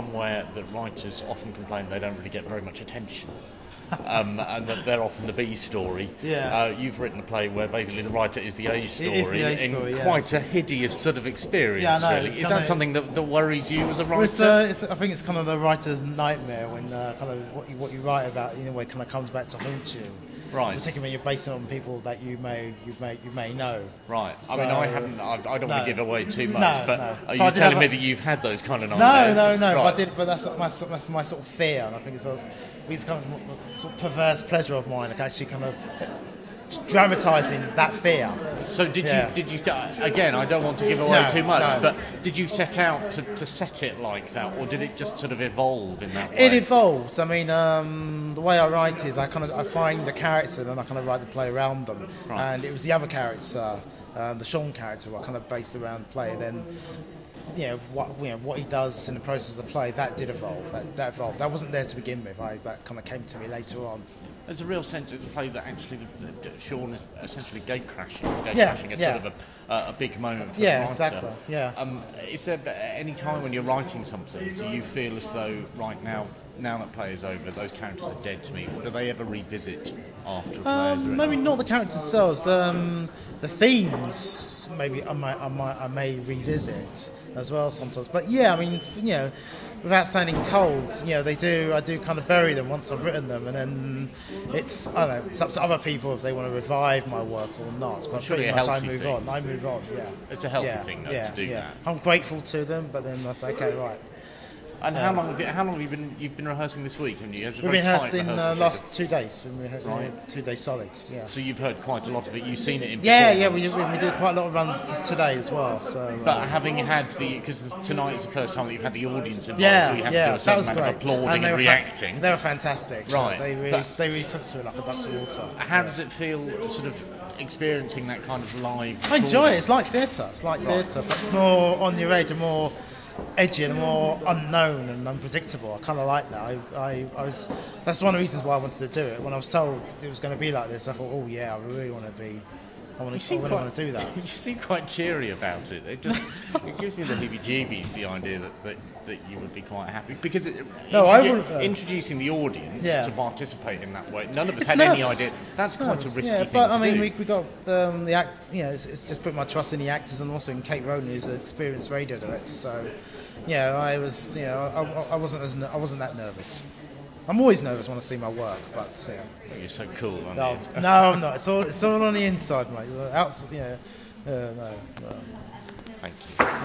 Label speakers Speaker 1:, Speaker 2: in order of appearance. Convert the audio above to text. Speaker 1: somewhere that writers often complain they don't really get very much attention. um, and that they're often the B story.
Speaker 2: Yeah.
Speaker 1: Uh, you've written a play where basically the writer is the A story,
Speaker 2: is the A
Speaker 1: in
Speaker 2: story, yeah.
Speaker 1: quite a hideous sort of experience.
Speaker 2: Yeah, I know,
Speaker 1: really.
Speaker 2: it's
Speaker 1: Is
Speaker 2: kinda-
Speaker 1: that something that, that worries you as a writer?
Speaker 2: Well, it's, uh, it's, I think it's kind of the writer's nightmare when uh, kind of what you, what you write about in a way kind of comes back to haunt you.
Speaker 1: Right.
Speaker 2: Particularly when you're basing it on people that you may you may you may know.
Speaker 1: Right. I mean, I
Speaker 2: So-
Speaker 1: haven't. I, I don't want
Speaker 2: No.
Speaker 1: to give away too
Speaker 2: No,
Speaker 1: much, but
Speaker 2: no.
Speaker 1: are
Speaker 2: So I
Speaker 1: you
Speaker 2: did
Speaker 1: telling me
Speaker 2: have a-
Speaker 1: that you've had those kind of
Speaker 2: No,
Speaker 1: nightmares?
Speaker 2: no, no.
Speaker 1: Right.
Speaker 2: But I did, but that's not my sort- that's my sort of fear, and I think it's a it's kind of sort of perverse pleasure of mine, like actually kind of dramatizing that fear.
Speaker 1: So did
Speaker 2: Yeah.
Speaker 1: you? Did you? uh, Again, I don't want to give away
Speaker 2: No,
Speaker 1: too much,
Speaker 2: no.
Speaker 1: but did you set out to, to set it like that, or did it just sort of evolve in that way?
Speaker 2: It evolves. I mean, um, the way I write is I kind of I find the character and then I kind of write the play around them.
Speaker 1: Right.
Speaker 2: And it was the other character, um, the Sean character, who I kind of based around the play. Then, you know, what you know, what he does in the process of the play that did evolve. That, that evolved. That wasn't there to begin with. I that kind of came to me later on.
Speaker 1: There's a real sense it's a play that actually the, the, Sean is essentially gate crashing. Gate
Speaker 2: Yeah,
Speaker 1: crashing is
Speaker 2: yeah.
Speaker 1: sort of a, uh, a big moment for
Speaker 2: Yeah,
Speaker 1: the writer.
Speaker 2: exactly, yeah.
Speaker 1: Um, is there any time when you're writing something, do you feel as though right now, now that play is over, those characters are dead to me? Or do they ever revisit after a play is
Speaker 2: Um,
Speaker 1: written?
Speaker 2: maybe not the characters themselves. The, um, the themes maybe I might, I might I may revisit as well sometimes. But yeah, I mean f- you know, without sounding cold, you know they do I do kind of bury them once I've written them, and then it's I don't know it's up to other people if they want to revive my work or not. But
Speaker 1: Surely
Speaker 2: pretty
Speaker 1: a
Speaker 2: much I
Speaker 1: healthy
Speaker 2: move
Speaker 1: thing.
Speaker 2: on. I move on. Yeah.
Speaker 1: It's a healthy
Speaker 2: yeah,
Speaker 1: thing, though,
Speaker 2: yeah,
Speaker 1: to do
Speaker 2: yeah.
Speaker 1: that.
Speaker 2: I'm grateful to them, but then I say okay, right.
Speaker 1: And how long have you, how long have you been you've been rehearsing this week? Haven't you? It's a
Speaker 2: uh, We've
Speaker 1: very
Speaker 2: been
Speaker 1: tight
Speaker 2: rehearsing uh,
Speaker 1: rehearsal
Speaker 2: last two days. We've been rehearsing
Speaker 1: Right.
Speaker 2: two days solid. Yeah.
Speaker 1: schedule. So you've heard quite a lot of it. You've seen it in.
Speaker 2: Yeah, yeah, we,
Speaker 1: performance.
Speaker 2: we, we did quite a lot of runs t- today as well. So uh,
Speaker 1: But having had the because tonight is the first time that you've had the audience involved,
Speaker 2: yeah,
Speaker 1: so you have
Speaker 2: yeah,
Speaker 1: to do a
Speaker 2: that
Speaker 1: certain
Speaker 2: was
Speaker 1: amount
Speaker 2: great.
Speaker 1: of applauding
Speaker 2: they
Speaker 1: and
Speaker 2: were fa-
Speaker 1: reacting.
Speaker 2: they were fantastic.
Speaker 1: Right.
Speaker 2: they really
Speaker 1: But-
Speaker 2: they really took to it like a duck to water.
Speaker 1: How does it feel, sort of experiencing that kind of live?
Speaker 2: I enjoy it. It's like theatre. It's like theatre, but more on your edge and more edgy and more unknown and unpredictable. I kind of like that. I, I, I was that's one of the reasons why I wanted to do it. When I was told it was going to be like this, I thouur, oh yeah, I really want to be. I want to. Oh, I really want to do that.
Speaker 1: You seem quite cheery about it. It just it gives me the heebie-jeebies the idea that, that, that you would be quite happy because it,
Speaker 2: No, I
Speaker 1: introdu-
Speaker 2: wouldn't, uh,
Speaker 1: introducing the audience
Speaker 2: Yeah.
Speaker 1: to participate in that way. None of us
Speaker 2: It's
Speaker 1: had any
Speaker 2: nervous.
Speaker 1: idea. That's quite a
Speaker 2: nervous,
Speaker 1: risky
Speaker 2: yeah,
Speaker 1: thing
Speaker 2: but
Speaker 1: to
Speaker 2: I mean,
Speaker 1: do.
Speaker 2: we we got the, um, the act. You know, it's, it's just put my trust in the actors and also in Kate Rowan, who's an experienced radio director. So, yeah, I was. You know, I, I- I wasn't as ner- I wasn't that nervous. I'm always nervous when I see my work, but yeah.
Speaker 1: You're so cool, aren't
Speaker 2: no,
Speaker 1: you?
Speaker 2: no, I'm not. It's all it's all on the inside, mate. Outside, yeah, uh, no, no.
Speaker 1: Thank you.